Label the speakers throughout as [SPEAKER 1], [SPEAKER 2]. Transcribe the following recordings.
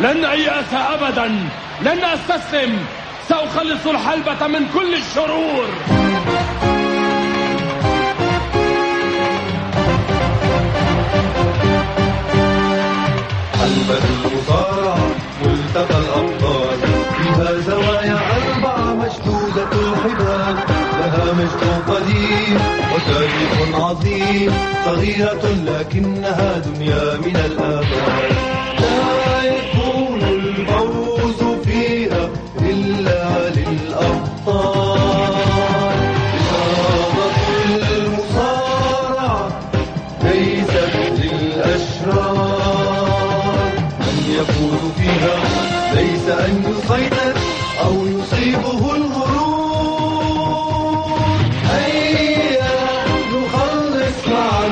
[SPEAKER 1] لن أيأس أبدا لن أستسلم سأخلص الحلبة من كل الشرور
[SPEAKER 2] حلبة المصارعة ملتقى الأبطال فيها زوايا أربعة مشدودة الحبال لها مجد قديم وتاريخ عظيم صغيرة لكنها دنيا من الآباء لا يكون الفوز فيها إلا للأبطال إصابة المصارعة ليست للأشرار أن يفوز فيها ليس أن يسيطر أو يصيبه الغرور هيا نخلص معا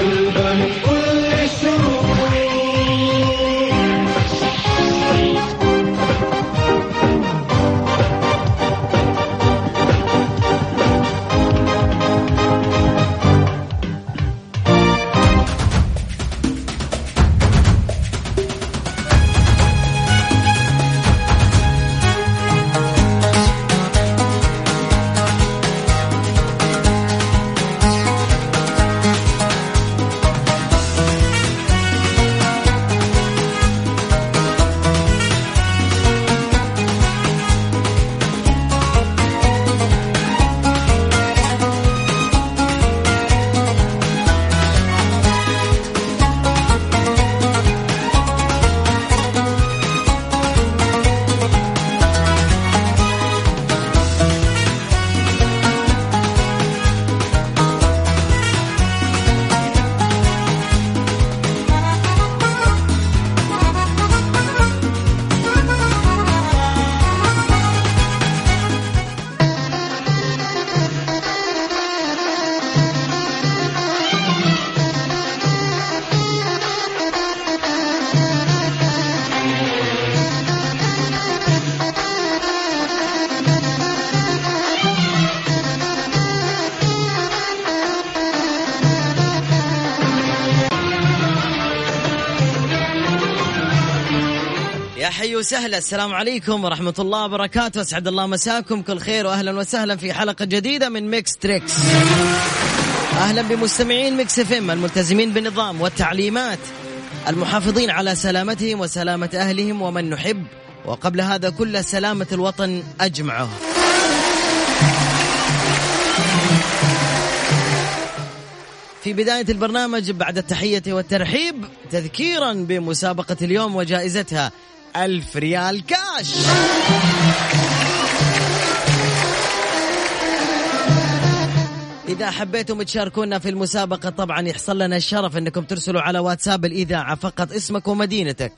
[SPEAKER 2] القلب من كل الشرور
[SPEAKER 3] يا حي وسهلا السلام عليكم ورحمة الله وبركاته أسعد الله مساكم كل خير وأهلا وسهلا في حلقة جديدة من ميكس تريكس أهلا بمستمعين ميكس اف ام الملتزمين بالنظام والتعليمات المحافظين على سلامتهم وسلامة أهلهم ومن نحب وقبل هذا كله سلامة الوطن أجمعه في بداية البرنامج بعد التحية والترحيب تذكيرا بمسابقة اليوم وجائزتها ألف ريال كاش إذا حبيتم تشاركونا في المسابقة طبعا يحصل لنا الشرف أنكم ترسلوا على واتساب الإذاعة فقط اسمك ومدينتك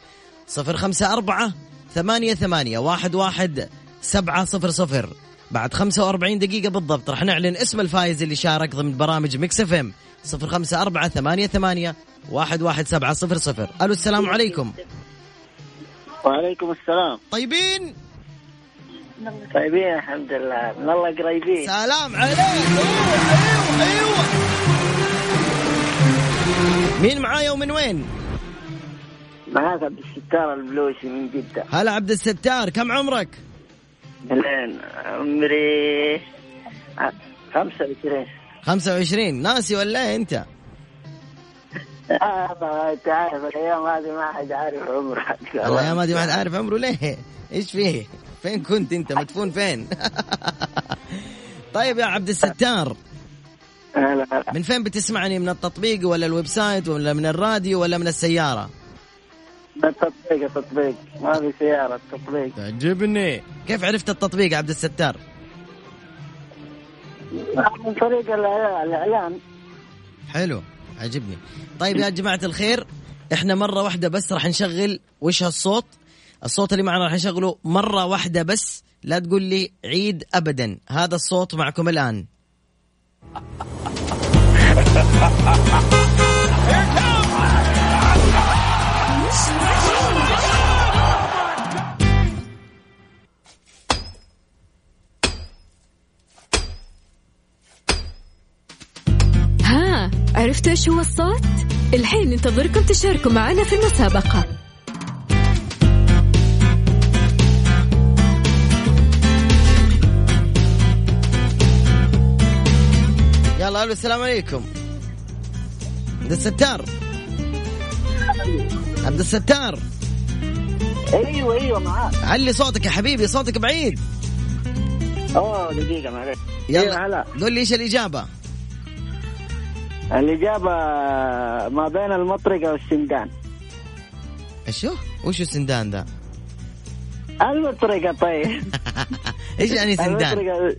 [SPEAKER 3] صفر خمسة أربعة ثمانية ثمانية واحد واحد سبعة صفر صفر بعد 45 دقيقة بالضبط راح نعلن اسم الفائز اللي شارك ضمن برامج ميكس اف ام 054 ثمانية ثمانية واحد واحد سبعة صفر صفر ألو السلام عليكم
[SPEAKER 4] وعليكم السلام
[SPEAKER 3] طيبين
[SPEAKER 4] طيبين الحمد لله من الله قريبين
[SPEAKER 3] سلام عليك ايوه ايوه ايوه مين معايا ومن وين؟
[SPEAKER 4] معاك عبد الستار البلوشي من جدة
[SPEAKER 3] هلا عبد الستار كم عمرك؟
[SPEAKER 4] الآن عمري ع- 25
[SPEAKER 3] 25 ناسي ولا إيه انت؟
[SPEAKER 4] آه ما أنت عارف الأيام هذه ما حد عارف عمره
[SPEAKER 3] الله يا مادي ما حد عارف عمره ليه؟ ايش فيه؟ فين كنت انت مدفون فين؟ طيب يا عبد الستار
[SPEAKER 4] هلا هلا
[SPEAKER 3] من فين بتسمعني من التطبيق ولا الويب سايت ولا من الراديو ولا من السيارة؟
[SPEAKER 4] التطبيق التطبيق ما في سيارة التطبيق
[SPEAKER 3] تعجبني كيف عرفت التطبيق عبد الستار؟
[SPEAKER 4] من طريق الإعلان- الإعلان
[SPEAKER 3] حلو عجبني طيب يا جماعة الخير احنا مرة واحدة بس راح نشغل وش هالصوت الصوت اللي معنا راح نشغله مرة واحدة بس لا تقول لي عيد ابدا هذا الصوت معكم الان
[SPEAKER 5] ها عرفتوا ايش هو الصوت؟ الحين ننتظركم تشاركوا معنا في المسابقة
[SPEAKER 3] الو السلام عليكم عبد الستار عبد الستار
[SPEAKER 4] ايوه ايوه معاك
[SPEAKER 3] علي صوتك يا حبيبي صوتك بعيد
[SPEAKER 4] اوه دقيقه معلش إيه
[SPEAKER 3] يلا
[SPEAKER 4] هلا.
[SPEAKER 3] قول لي ايش الاجابه
[SPEAKER 4] الاجابه ما بين المطرقه والسندان
[SPEAKER 3] شو وش السندان ده
[SPEAKER 4] المطرقه طيب
[SPEAKER 3] ايش يعني سندان
[SPEAKER 4] المطرقه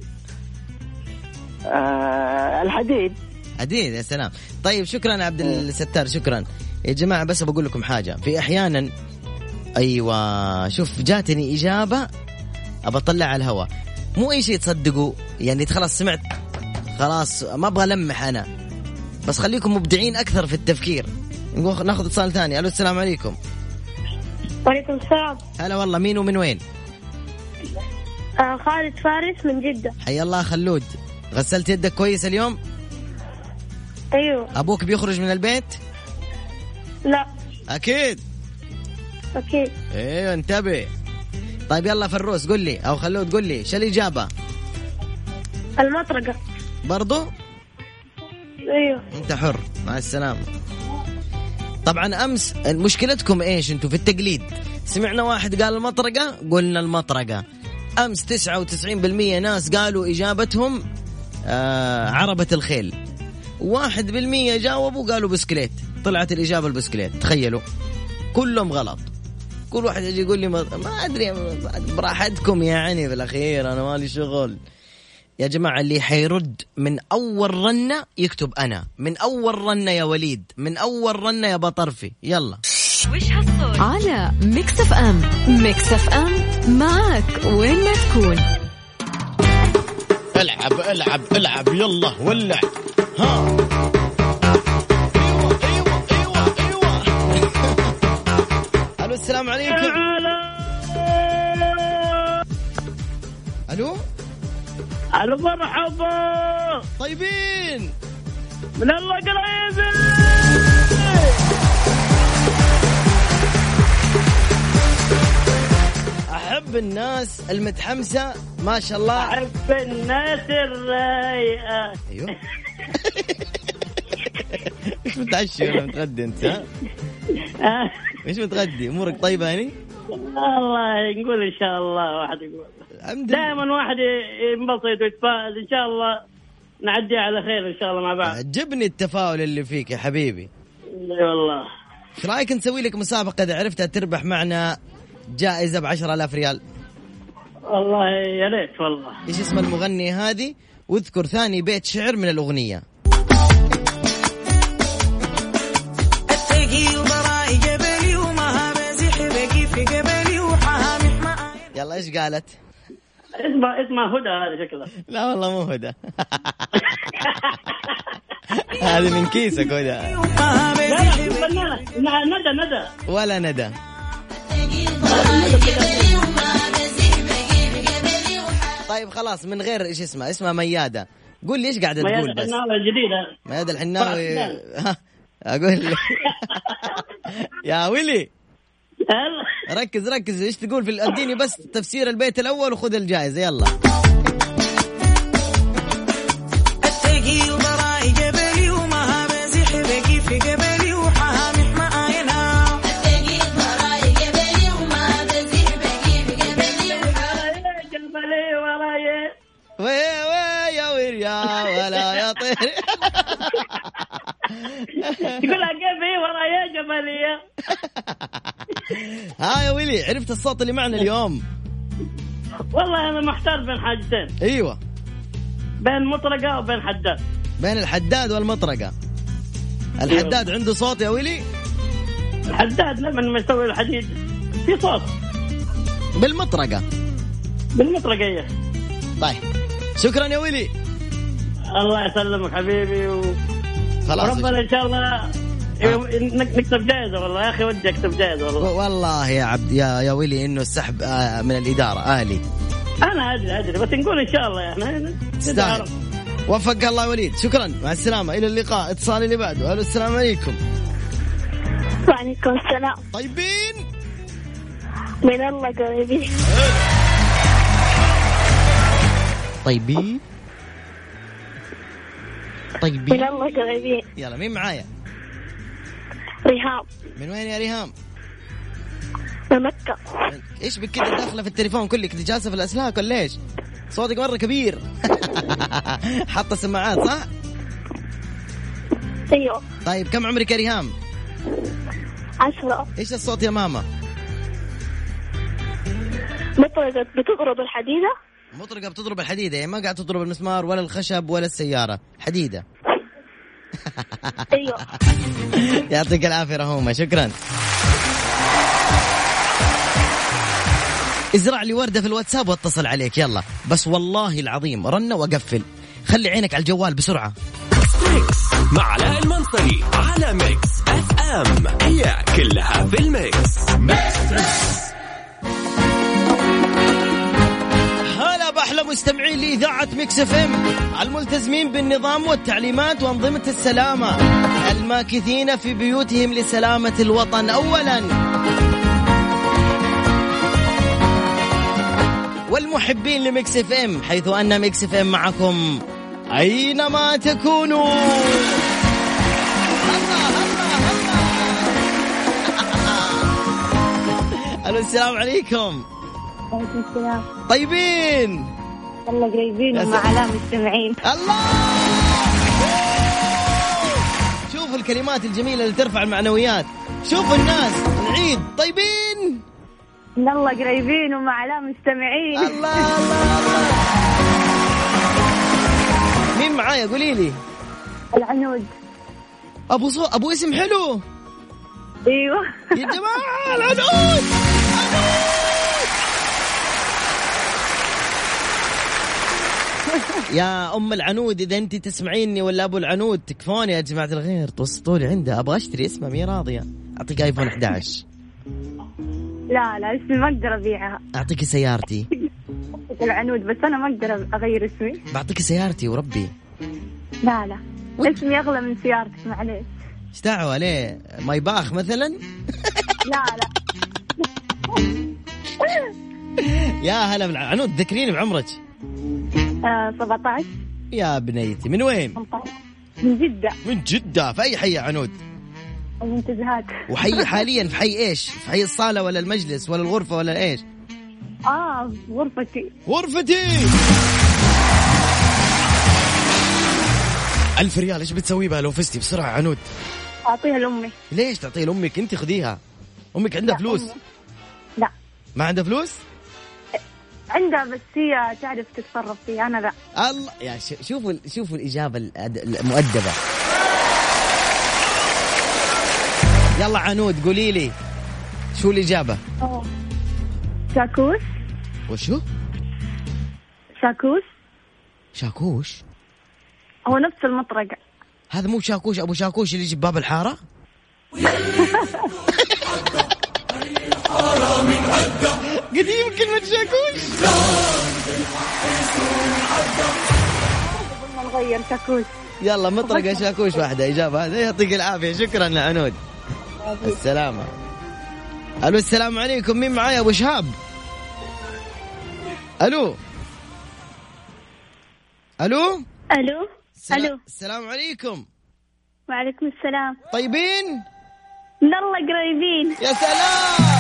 [SPEAKER 4] آه الحديد
[SPEAKER 3] عديد يا سلام طيب شكرا عبد الستار شكرا يا جماعه بس بقول لكم حاجه في احيانا ايوه شوف جاتني اجابه ابى اطلع على الهواء مو اي شيء تصدقوا يعني خلاص سمعت خلاص ما ابغى المح انا بس خليكم مبدعين اكثر في التفكير نقول- ناخذ اتصال ثاني الو السلام عليكم
[SPEAKER 6] وعليكم السلام
[SPEAKER 3] هلا والله مين ومن وين
[SPEAKER 6] آه خالد فارس من جدة
[SPEAKER 3] حيا الله خلود غسلت يدك كويس اليوم
[SPEAKER 6] أيوه
[SPEAKER 3] ابوك بيخرج من البيت
[SPEAKER 6] لا
[SPEAKER 3] اكيد
[SPEAKER 6] أكيد
[SPEAKER 3] ايوه انتبه طيب يلا فروس قول لي او خلود قول لي شو الاجابه
[SPEAKER 6] المطرقة
[SPEAKER 3] برضو
[SPEAKER 6] أيوه
[SPEAKER 3] انت حر مع السلامه طبعا امس مشكلتكم ايش انتم في التقليد سمعنا واحد قال المطرقه قلنا المطرقه امس 99% ناس قالوا اجابتهم آه عربه الخيل واحد بالمية جاوبوا قالوا بسكليت طلعت الإجابة البسكليت تخيلوا كلهم غلط كل واحد يجي يقول لي ما, ما أدري براحتكم يعني في الأخير أنا مالي شغل يا جماعة اللي حيرد من أول رنة يكتب أنا من أول رنة يا وليد من أول رنة يا بطرفي يلا
[SPEAKER 5] وش هالصوت على ميكس اف ام ميكس اف ام معك وين ما تكون
[SPEAKER 3] العب العب العب يلا ولع ها الو السلام عليكم الو
[SPEAKER 4] المرحبا
[SPEAKER 3] طيبين
[SPEAKER 4] من الله قريبي
[SPEAKER 3] احب الناس المتحمسه ما شاء الله
[SPEAKER 4] احب الناس الرايقه
[SPEAKER 3] ايوه ايش متعشي ولا متغدي انت ها؟
[SPEAKER 4] آه،
[SPEAKER 3] ايش متغدي امورك طيبه هني؟
[SPEAKER 4] والله نقول ان شاء الله واحد يقول
[SPEAKER 3] الحمد لله
[SPEAKER 4] دائما واحد ينبسط ويتفائل ان شاء الله نعدي على خير ان شاء الله مع بعض
[SPEAKER 3] عجبني التفاؤل اللي فيك يا حبيبي
[SPEAKER 4] اي والله
[SPEAKER 3] ايش رايك نسوي لك مسابقه اذا عرفتها تربح معنا جائزه ب 10000 ريال
[SPEAKER 4] والله يا ريت والله
[SPEAKER 3] ايش اسم المغني هذه واذكر ثاني بيت شعر من الاغنيه يلا ايش قالت؟
[SPEAKER 4] اسمها اسمها هدى هذا شكلها
[SPEAKER 3] لا والله مو هدى هذه من كيسك هدى
[SPEAKER 4] لا لا هي فنانة. لا، ندى ندى
[SPEAKER 3] ولا ندى طيب خلاص من غير ايش اسمها اسمها ميادة قول لي ايش قاعدة
[SPEAKER 4] ما هي
[SPEAKER 3] تقول بس
[SPEAKER 4] الفنانة الجديدة
[SPEAKER 3] ميادة الحناوي
[SPEAKER 4] فرح
[SPEAKER 3] ها، اقول لك يا ويلي
[SPEAKER 4] هلا.
[SPEAKER 3] ركز ركز ايش تقول في ال- اديني بس تفسير البيت الاول وخذ الجائزه يلا
[SPEAKER 4] يا جبلي وراي
[SPEAKER 3] وي وي يا ويريا ولا يا طير
[SPEAKER 4] تقول كيفي وراي جبلي
[SPEAKER 3] ها يا ويلي عرفت الصوت اللي معنا اليوم
[SPEAKER 4] والله انا محتار بين حاجتين
[SPEAKER 3] ايوه
[SPEAKER 4] بين مطرقة وبين حداد
[SPEAKER 3] بين الحداد والمطرقه الحداد عنده صوت يا ويلي
[SPEAKER 4] الحداد لما يسوي الحديد في صوت
[SPEAKER 3] بالمطرقه
[SPEAKER 4] بالمطرقة هي
[SPEAKER 3] طيب شكرا يا ويلي
[SPEAKER 4] الله يسلمك حبيبي و...
[SPEAKER 3] خلاص
[SPEAKER 4] ربنا ان شاء الله يو- نك- نكتب جائزة والله يا اخي ودي اكتب جائزة
[SPEAKER 3] و-
[SPEAKER 4] والله
[SPEAKER 3] والله يا عبد يا يا ويلي انه السحب آه، من الاداره الي
[SPEAKER 4] انا ادري ادري بس نقول ان شاء الله يعني
[SPEAKER 3] تستاهل وفقك الله يا وليد شكرا مع السلامه الى اللقاء اتصال اللي بعده الو السلام عليكم
[SPEAKER 6] وعليكم السلام
[SPEAKER 3] طيبين
[SPEAKER 6] من الله قريبي
[SPEAKER 3] طيبين
[SPEAKER 6] من
[SPEAKER 3] طيبين
[SPEAKER 6] الله قريبين
[SPEAKER 3] يلا مين معايا
[SPEAKER 6] ريهام
[SPEAKER 3] من وين يا ريهام
[SPEAKER 6] من مكة
[SPEAKER 3] ايش بك كده داخله في التليفون كلك انت جالسه في الاسلاك ولا ايش صوتك مره كبير حاطه سماعات صح
[SPEAKER 6] أيوه
[SPEAKER 3] طيب كم عمرك يا ريهام
[SPEAKER 6] عشرة
[SPEAKER 3] ايش الصوت يا ماما
[SPEAKER 6] مطرقة بتضرب الحديدة
[SPEAKER 3] مطرقه بتضرب الحديده يعني ما قاعد تضرب المسمار ولا الخشب ولا السياره حديده
[SPEAKER 6] أيوه
[SPEAKER 3] يعطيك العافيه رهومه شكرا ازرع لي ورده في الواتساب واتصل عليك يلا بس والله العظيم رنه واقفل خلي عينك على الجوال بسرعه
[SPEAKER 7] ميكس مع علاء المنصري على ميكس اف ام هي كلها في الميكس
[SPEAKER 3] هلا باحلى مستمعين لاذاعه مكس اف ام الملتزمين بالنظام والتعليمات وانظمه السلامه الماكثين في بيوتهم لسلامه الوطن اولا والمحبين لمكس اف ام حيث ان مكس اف ام معكم اينما تكونوا هلا هلا هلا الو السلام عليكم
[SPEAKER 6] وعليكم السلام
[SPEAKER 3] طيبين
[SPEAKER 6] الله قريبين
[SPEAKER 3] يا
[SPEAKER 6] ومع
[SPEAKER 3] سلام.
[SPEAKER 6] علام مجتمعين
[SPEAKER 3] الله شوفوا الكلمات الجميلة اللي ترفع المعنويات شوفوا الناس نعيد طيبين
[SPEAKER 6] من الله قريبين ومع علام
[SPEAKER 3] الله
[SPEAKER 6] مجتمعين
[SPEAKER 3] الله الله مين معايا قولي لي
[SPEAKER 6] العنود
[SPEAKER 3] ابو صو... ابو اسم حلو
[SPEAKER 6] أيوه
[SPEAKER 3] يا جماعة العنود يا ام العنود اذا انت تسمعيني ولا ابو العنود تكفوني يا جماعه الخير توسطوا لي عنده ابغى اشتري اسمه مي راضيه اعطيك ايفون 11
[SPEAKER 6] لا لا اسمي ما أقدر أبيعها
[SPEAKER 3] اعطيك سيارتي
[SPEAKER 6] العنود بس أنا ما أقدر أغير اسمي
[SPEAKER 3] بعطيك سيارتي وربي
[SPEAKER 6] لا لا اسمي أغلى من سيارتك معليش
[SPEAKER 3] ايش دعوه ليه ماي باخ مثلا
[SPEAKER 6] لا لا
[SPEAKER 3] يا هلا بالعنود ذكريني بعمرك
[SPEAKER 6] آه 17
[SPEAKER 3] يا بنيتي من وين
[SPEAKER 6] 18 من جدة
[SPEAKER 3] من جده في اي حي يا عنود
[SPEAKER 6] المنتزهات
[SPEAKER 3] وحي حاليا في حي ايش في حي الصاله ولا المجلس ولا الغرفه ولا ايش
[SPEAKER 6] اه غرفتي
[SPEAKER 3] غرفتي ألف ريال ايش بتسوي بها لو فزتي بسرعة عنود
[SPEAKER 6] اعطيها لامي
[SPEAKER 3] ليش تعطيه لأمك انت خذيها أمك عندها
[SPEAKER 6] لا،
[SPEAKER 3] فلوس
[SPEAKER 6] أمي. لا
[SPEAKER 3] ما عندها فلوس
[SPEAKER 6] عندها بس هي تعرف تتصرف فيها انا لا
[SPEAKER 3] الله يا ش- شوفوا ال- شوفوا الإجابة الأد- المؤدبة يلا عنود قولي لي شو الإجابة
[SPEAKER 6] أوه. شاكوش
[SPEAKER 3] وشو
[SPEAKER 6] شاكوش
[SPEAKER 3] شاكوش
[SPEAKER 6] هو نفس المطرقة
[SPEAKER 3] هذا مو شاكوش أبو شاكوش اللي يجي بباب الحارة قديم كلمة شاكوش
[SPEAKER 6] قلنا نغير شاكوش
[SPEAKER 3] يلا مطرقة شاكوش واحدة إجابة هذا يعطيك العافية شكرا يا عنود السلامة ألو السلام عليكم مين معايا أبو شهاب ألو ألو
[SPEAKER 6] الو
[SPEAKER 3] السلا-
[SPEAKER 6] ألو.
[SPEAKER 3] السلام عليكم
[SPEAKER 6] وعليكم السلام
[SPEAKER 3] طيبين
[SPEAKER 6] من الله قريبين
[SPEAKER 3] يا سلام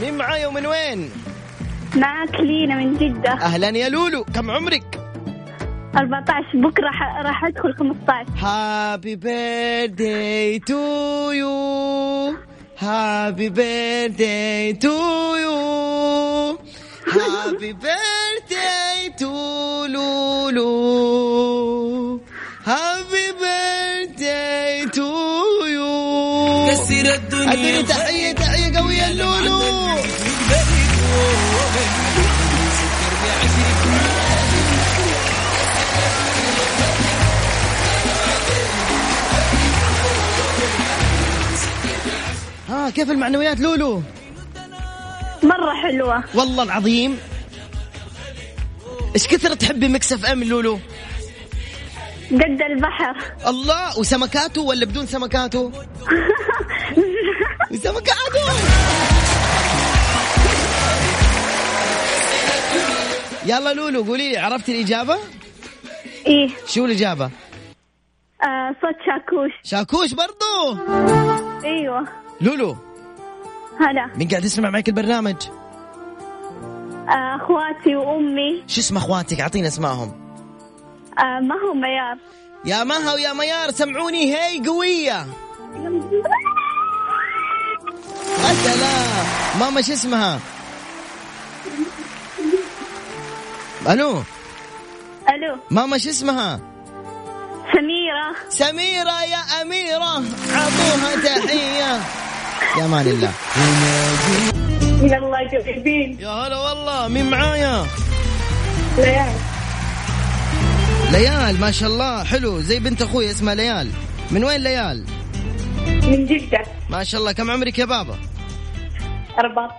[SPEAKER 3] مين معايا ومن وين
[SPEAKER 6] معاك لينا من جدة
[SPEAKER 3] أهلا يا لولو كم عمرك
[SPEAKER 6] 14 بكرة ح- راح ادخل 15
[SPEAKER 3] هابي بيرثداي تو يو هابي بيرثداي تو يو هابي بيرثداي تو لولو هابي بيرثداي تو يو كسر الدنيا ادري تحيه تحيه قويه لولو ها كيف المعنويات لولو
[SPEAKER 6] مرة حلوة
[SPEAKER 3] والله العظيم ايش كثر تحبي مكسف ام لولو
[SPEAKER 6] قد البحر
[SPEAKER 3] الله وسمكاته ولا بدون سمكاته؟ وسمكاته يلا لولو قولي لي عرفتي الإجابة؟
[SPEAKER 6] إيه
[SPEAKER 3] شو الإجابة؟
[SPEAKER 6] آه صوت شاكوش
[SPEAKER 3] شاكوش برضو
[SPEAKER 6] أيوة
[SPEAKER 3] لولو
[SPEAKER 6] هلا
[SPEAKER 3] مين قاعد يسمع معك البرنامج؟
[SPEAKER 6] آه أخواتي وأمي
[SPEAKER 3] شو اسم أخواتك؟ أعطينا اسمائهم
[SPEAKER 6] آه ما هم ميار
[SPEAKER 3] يا مها ويا ميار سمعوني هي قوية أسألة ماما شو اسمها؟ ألو
[SPEAKER 6] ألو
[SPEAKER 3] ماما شو اسمها؟
[SPEAKER 6] سميرة
[SPEAKER 3] سميرة يا أميرة عطوها تحية يا مان الله
[SPEAKER 6] يلا قريبين
[SPEAKER 3] يا هلا والله مين معايا؟
[SPEAKER 6] ليال
[SPEAKER 3] ليال ما شاء الله حلو زي بنت اخوي اسمها ليال من وين ليال؟
[SPEAKER 6] من جدة
[SPEAKER 3] ما شاء الله كم عمرك يا بابا؟
[SPEAKER 6] 14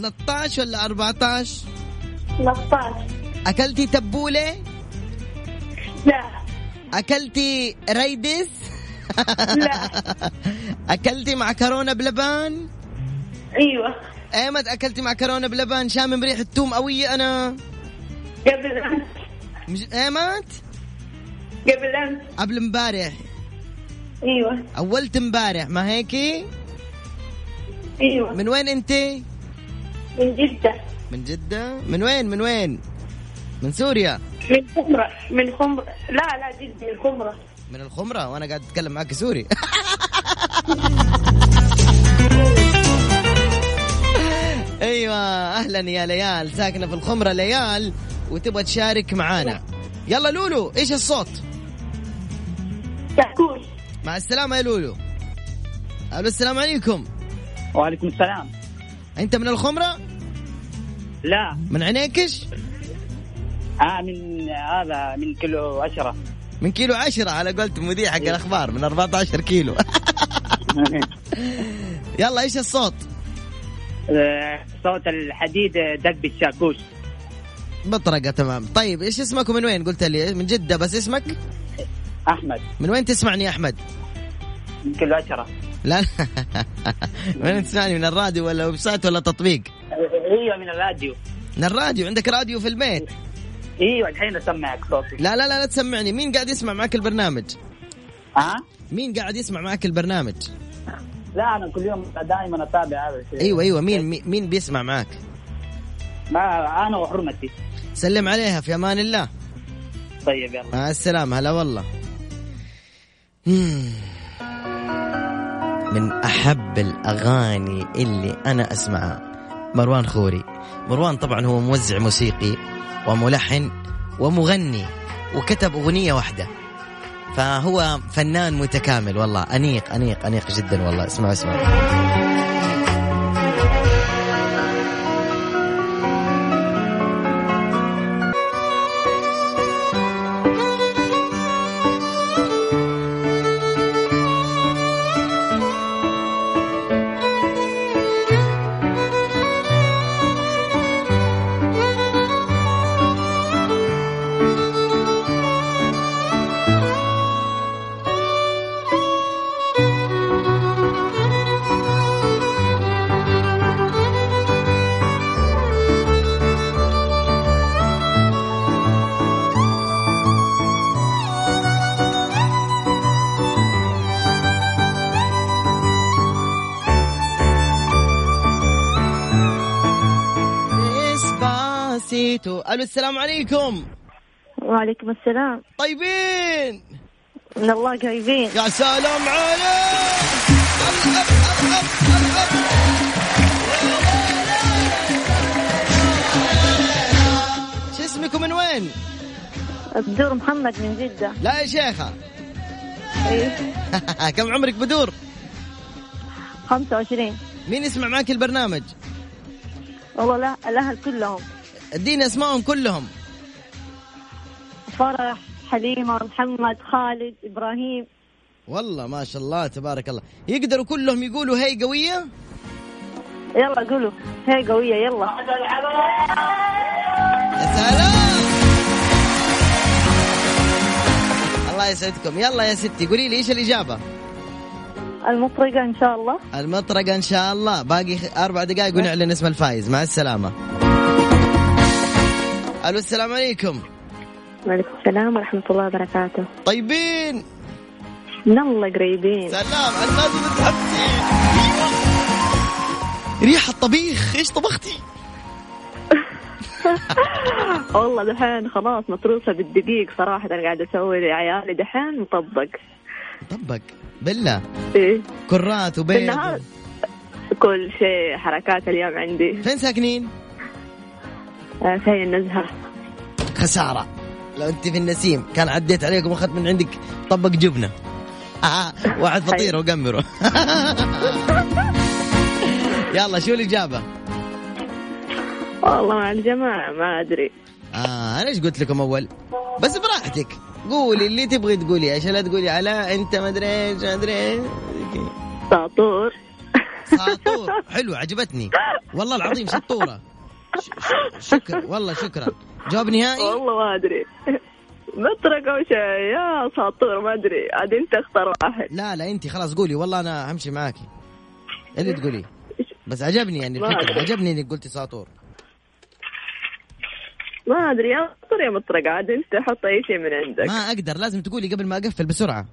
[SPEAKER 6] 13
[SPEAKER 3] 13 ولا 14
[SPEAKER 6] 13
[SPEAKER 3] اكلتي تبوله
[SPEAKER 6] لا
[SPEAKER 3] اكلتي ريدس
[SPEAKER 6] لا
[SPEAKER 3] اكلتي معكرونه بلبان
[SPEAKER 6] أيوة
[SPEAKER 3] ايمت اكلتي معكرونه بلبان شامم ريحه توم قويه انا
[SPEAKER 6] قبل أمس
[SPEAKER 3] مش... ايمت
[SPEAKER 6] قبل أمس
[SPEAKER 3] قبل امبارح
[SPEAKER 6] أيوة
[SPEAKER 3] اولت امبارح ما هيكي
[SPEAKER 6] أيوة
[SPEAKER 3] من وين انت
[SPEAKER 6] من جدة
[SPEAKER 3] من جده من وين من وين من سوريا
[SPEAKER 6] من خمرة من خمرة لا لا جدة من خمرة
[SPEAKER 3] من الخمره وانا قاعد اتكلم معك سوري ايوه اهلا يا ليال ساكنه في الخمره ليال وتبغى تشارك معانا يلا لولو ايش الصوت
[SPEAKER 6] شاكوش
[SPEAKER 3] مع السلامه يا لولو الو السلام عليكم
[SPEAKER 4] وعليكم السلام
[SPEAKER 3] انت من الخمره
[SPEAKER 4] لا
[SPEAKER 3] من عينيكش
[SPEAKER 4] آه من هذا من كيلو عشرة
[SPEAKER 3] من كيلو عشرة على قولة مذيع حق الاخبار من 14 كيلو يلا ايش الصوت
[SPEAKER 4] آه، صوت الحديد دق الشاكوش
[SPEAKER 3] بطرقه تمام طيب ايش اسمك ومن وين قلت لي من جده بس اسمك
[SPEAKER 4] احمد
[SPEAKER 3] من وين تسمعني يا احمد
[SPEAKER 4] من كيلو عشرة
[SPEAKER 3] لا من وين تسمعني من الراديو ولا ويب سايت ولا تطبيق
[SPEAKER 4] آه، ايوه من الراديو
[SPEAKER 3] من الراديو عندك راديو في البيت
[SPEAKER 4] ايوه الحين اسمعك صوتي
[SPEAKER 3] لا لا لا لا تسمعني مين قاعد يسمع معك البرنامج
[SPEAKER 4] ها
[SPEAKER 3] مين قاعد يسمع معك البرنامج
[SPEAKER 4] لا انا كل يوم دائما اتابع هذا الشيء
[SPEAKER 3] ايوه ايوه مين مين- مين بيسمع معك
[SPEAKER 4] ما انا وحرمتي
[SPEAKER 3] سلم عليها في امان الله
[SPEAKER 4] طيب يلا
[SPEAKER 3] مع السلامة هلا والله مم. من أحب الأغاني اللي أنا أسمعها مروان خوري مروان طبعا هو موزع موسيقي وملحن ومغني وكتب أغنية واحدة فهو فنان متكامل والله أنيق أنيق أنيق جدا والله اسمع اسمع إسباسيتو ألو السلام عليكم
[SPEAKER 6] وعليكم السلام
[SPEAKER 3] طيبين
[SPEAKER 6] من الله قريبين
[SPEAKER 3] يا سلام عليك شو اسمك ومن وين؟
[SPEAKER 6] بدور محمد من جدة
[SPEAKER 3] لا يا شيخة
[SPEAKER 6] إيه
[SPEAKER 3] كم عمرك بدور؟
[SPEAKER 6] 25
[SPEAKER 3] مين يسمع معك البرنامج؟
[SPEAKER 6] والله لا الأهل كلهم
[SPEAKER 3] ادينا اسمائهم كلهم
[SPEAKER 6] فرح حليمة محمد خالد إبراهيم
[SPEAKER 3] والله ما شاء الله تبارك الله يقدروا كلهم يقولوا هي قوية؟
[SPEAKER 6] يلا قولوا هي قوية يلا
[SPEAKER 3] يا سلام الله يسعدكم يلا يا ستي قولي لي ايش الإجابة؟
[SPEAKER 6] المطرقة إن شاء الله
[SPEAKER 3] المطرقة إن شاء الله باقي خ- أربع دقائق ونعلن اسم الفائز مع السلامة ألو السلام عليكم
[SPEAKER 6] وعليكم السلام ورحمة الله وبركاته
[SPEAKER 3] طيبين
[SPEAKER 6] من الله قريبين
[SPEAKER 3] سلام على الناس اللي تحبسين ريحة طبيخ ايش طبختي؟
[SPEAKER 6] والله دحين خلاص مطروسة بالدقيق صراحة أنا قاعدة أسوي لعيالي دحين مطبق
[SPEAKER 3] طبق بالله
[SPEAKER 6] إيه
[SPEAKER 3] كرات
[SPEAKER 6] في
[SPEAKER 3] وبيض
[SPEAKER 6] النهار كل شيء حركات اليوم عندي
[SPEAKER 3] فين ساكنين؟
[SPEAKER 6] آه، في النزهة
[SPEAKER 3] خسارة لو انت في النسيم كان عديت عليكم واخذت من عندك طبق جبنة آه واحد فطير وقمره يلا شو الإجابة؟
[SPEAKER 6] والله مع الجماعة ما أدري
[SPEAKER 3] آه أنا إيش قلت لكم أول؟ بس براحتك قولي اللي تبغي تقولي عشان لا تقولي على أنت ما أدري إيش ما أدري إيش.
[SPEAKER 6] ساطور
[SPEAKER 3] ساطور حلو عجبتني والله العظيم شطورة ش- ش- شكرا والله شكرا جواب نهائي
[SPEAKER 6] والله ما أدري مطرقة أو شيء يا ساطور ما أدري عاد أنت اختار واحد
[SPEAKER 3] لا لا أنت خلاص قولي والله أنا همشي معاكي اللي تقولي بس عجبني يعني
[SPEAKER 6] ما
[SPEAKER 3] الفكرة
[SPEAKER 6] أدري.
[SPEAKER 3] عجبني إنك قلتي ساطور
[SPEAKER 6] ما أدري يا ساطور يا مطرقة عاد أنت حط أي شيء من عندك
[SPEAKER 3] ما اقدر لازم تقولي قبل ما اقفل بسرعه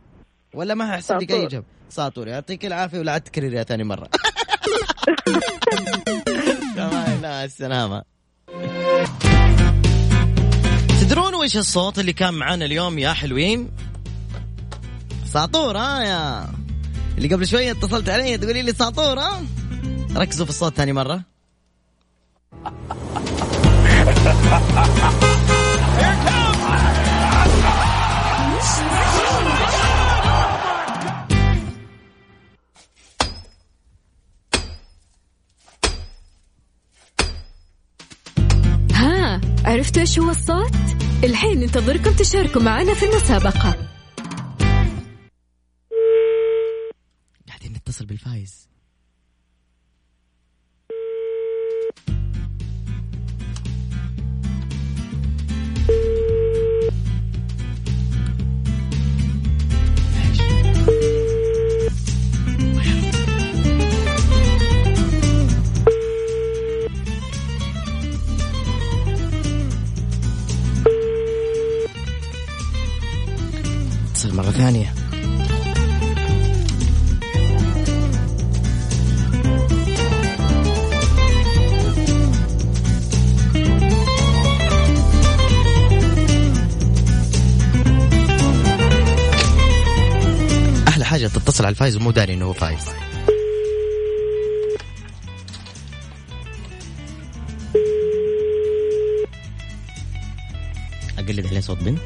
[SPEAKER 3] ولا ما هحسب لك اي
[SPEAKER 6] ساطور.
[SPEAKER 3] جواب ساطور يعطيك العافيه ولا عاد تكرريها ثاني مره تمام لا السلامه تدرون وش الصوت اللي كان معانا اليوم يا حلوين ساطور ها يا اللي قبل شويه اتصلت علي تقولي لي ساطور ها ركزوا في الصوت ثاني مره
[SPEAKER 5] ها عرفتوا ايش هو الصوت؟ الحين ننتظركم تشاركوا معنا في المسابقة
[SPEAKER 3] قاعدين نتصل بالفايز اتصل مرة ثانية أحلى حاجة تتصل على الفايز ومو داري إنه هو فايز أقلد عليه صوت بنت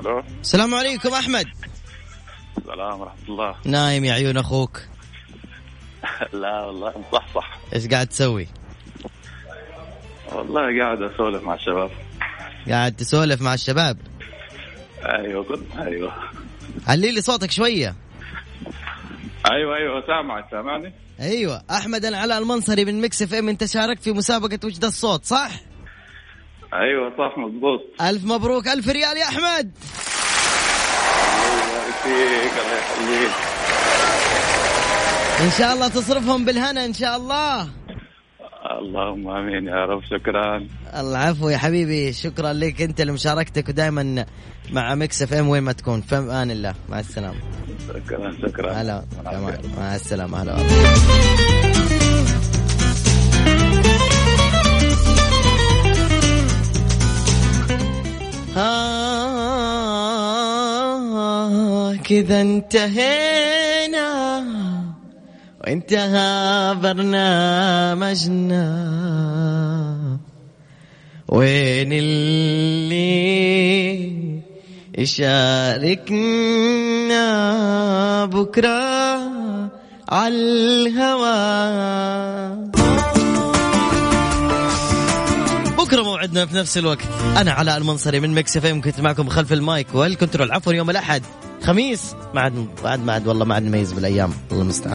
[SPEAKER 8] الو
[SPEAKER 3] السلام عليكم أحمد
[SPEAKER 8] السلام ورحمه الله
[SPEAKER 3] نايم يا عيون أخوك
[SPEAKER 8] لا والله مصحصح
[SPEAKER 3] إيش قاعد تسوي
[SPEAKER 8] والله قاعد اسولف مع الشباب
[SPEAKER 3] قاعد تسولف مع الشباب
[SPEAKER 8] ايوه قلت ايوه
[SPEAKER 3] علي لي صوتك شوية
[SPEAKER 8] ايوه ايوه سامعك سامعني
[SPEAKER 3] أيوة أحمد أنا علاء المنصري من ميكس اف ام أنت شاركت في مسابقة وش ده الصوت صح؟
[SPEAKER 8] ايوه صح مضبوط
[SPEAKER 3] ألف مبروك ألف ريال يا أحمد
[SPEAKER 8] الله يبارك فيك الله يخليك
[SPEAKER 3] إن شاء الله تصرفهم بالهنا إن شاء الله
[SPEAKER 8] اللهم امين يا رب شكرا
[SPEAKER 3] العفو يا حبيبي شكرا لك انت لمشاركتك ودائما مع ميكس اف ام وين ما تكون في امان الله مع السلامه
[SPEAKER 8] شكرا شكرا
[SPEAKER 3] هلا كمان. مع السلامه هلا آه كذا انتهينا وانتهى برنامجنا وين اللي يشاركنا بكرة على الهوى بكره موعدنا في نفس الوقت انا علاء المنصري من مكس اف كنت معكم خلف المايك والكنترول عفوا يوم الاحد خميس ما عاد ما عاد ما عاد والله ما عاد نميز بالايام الله المستعان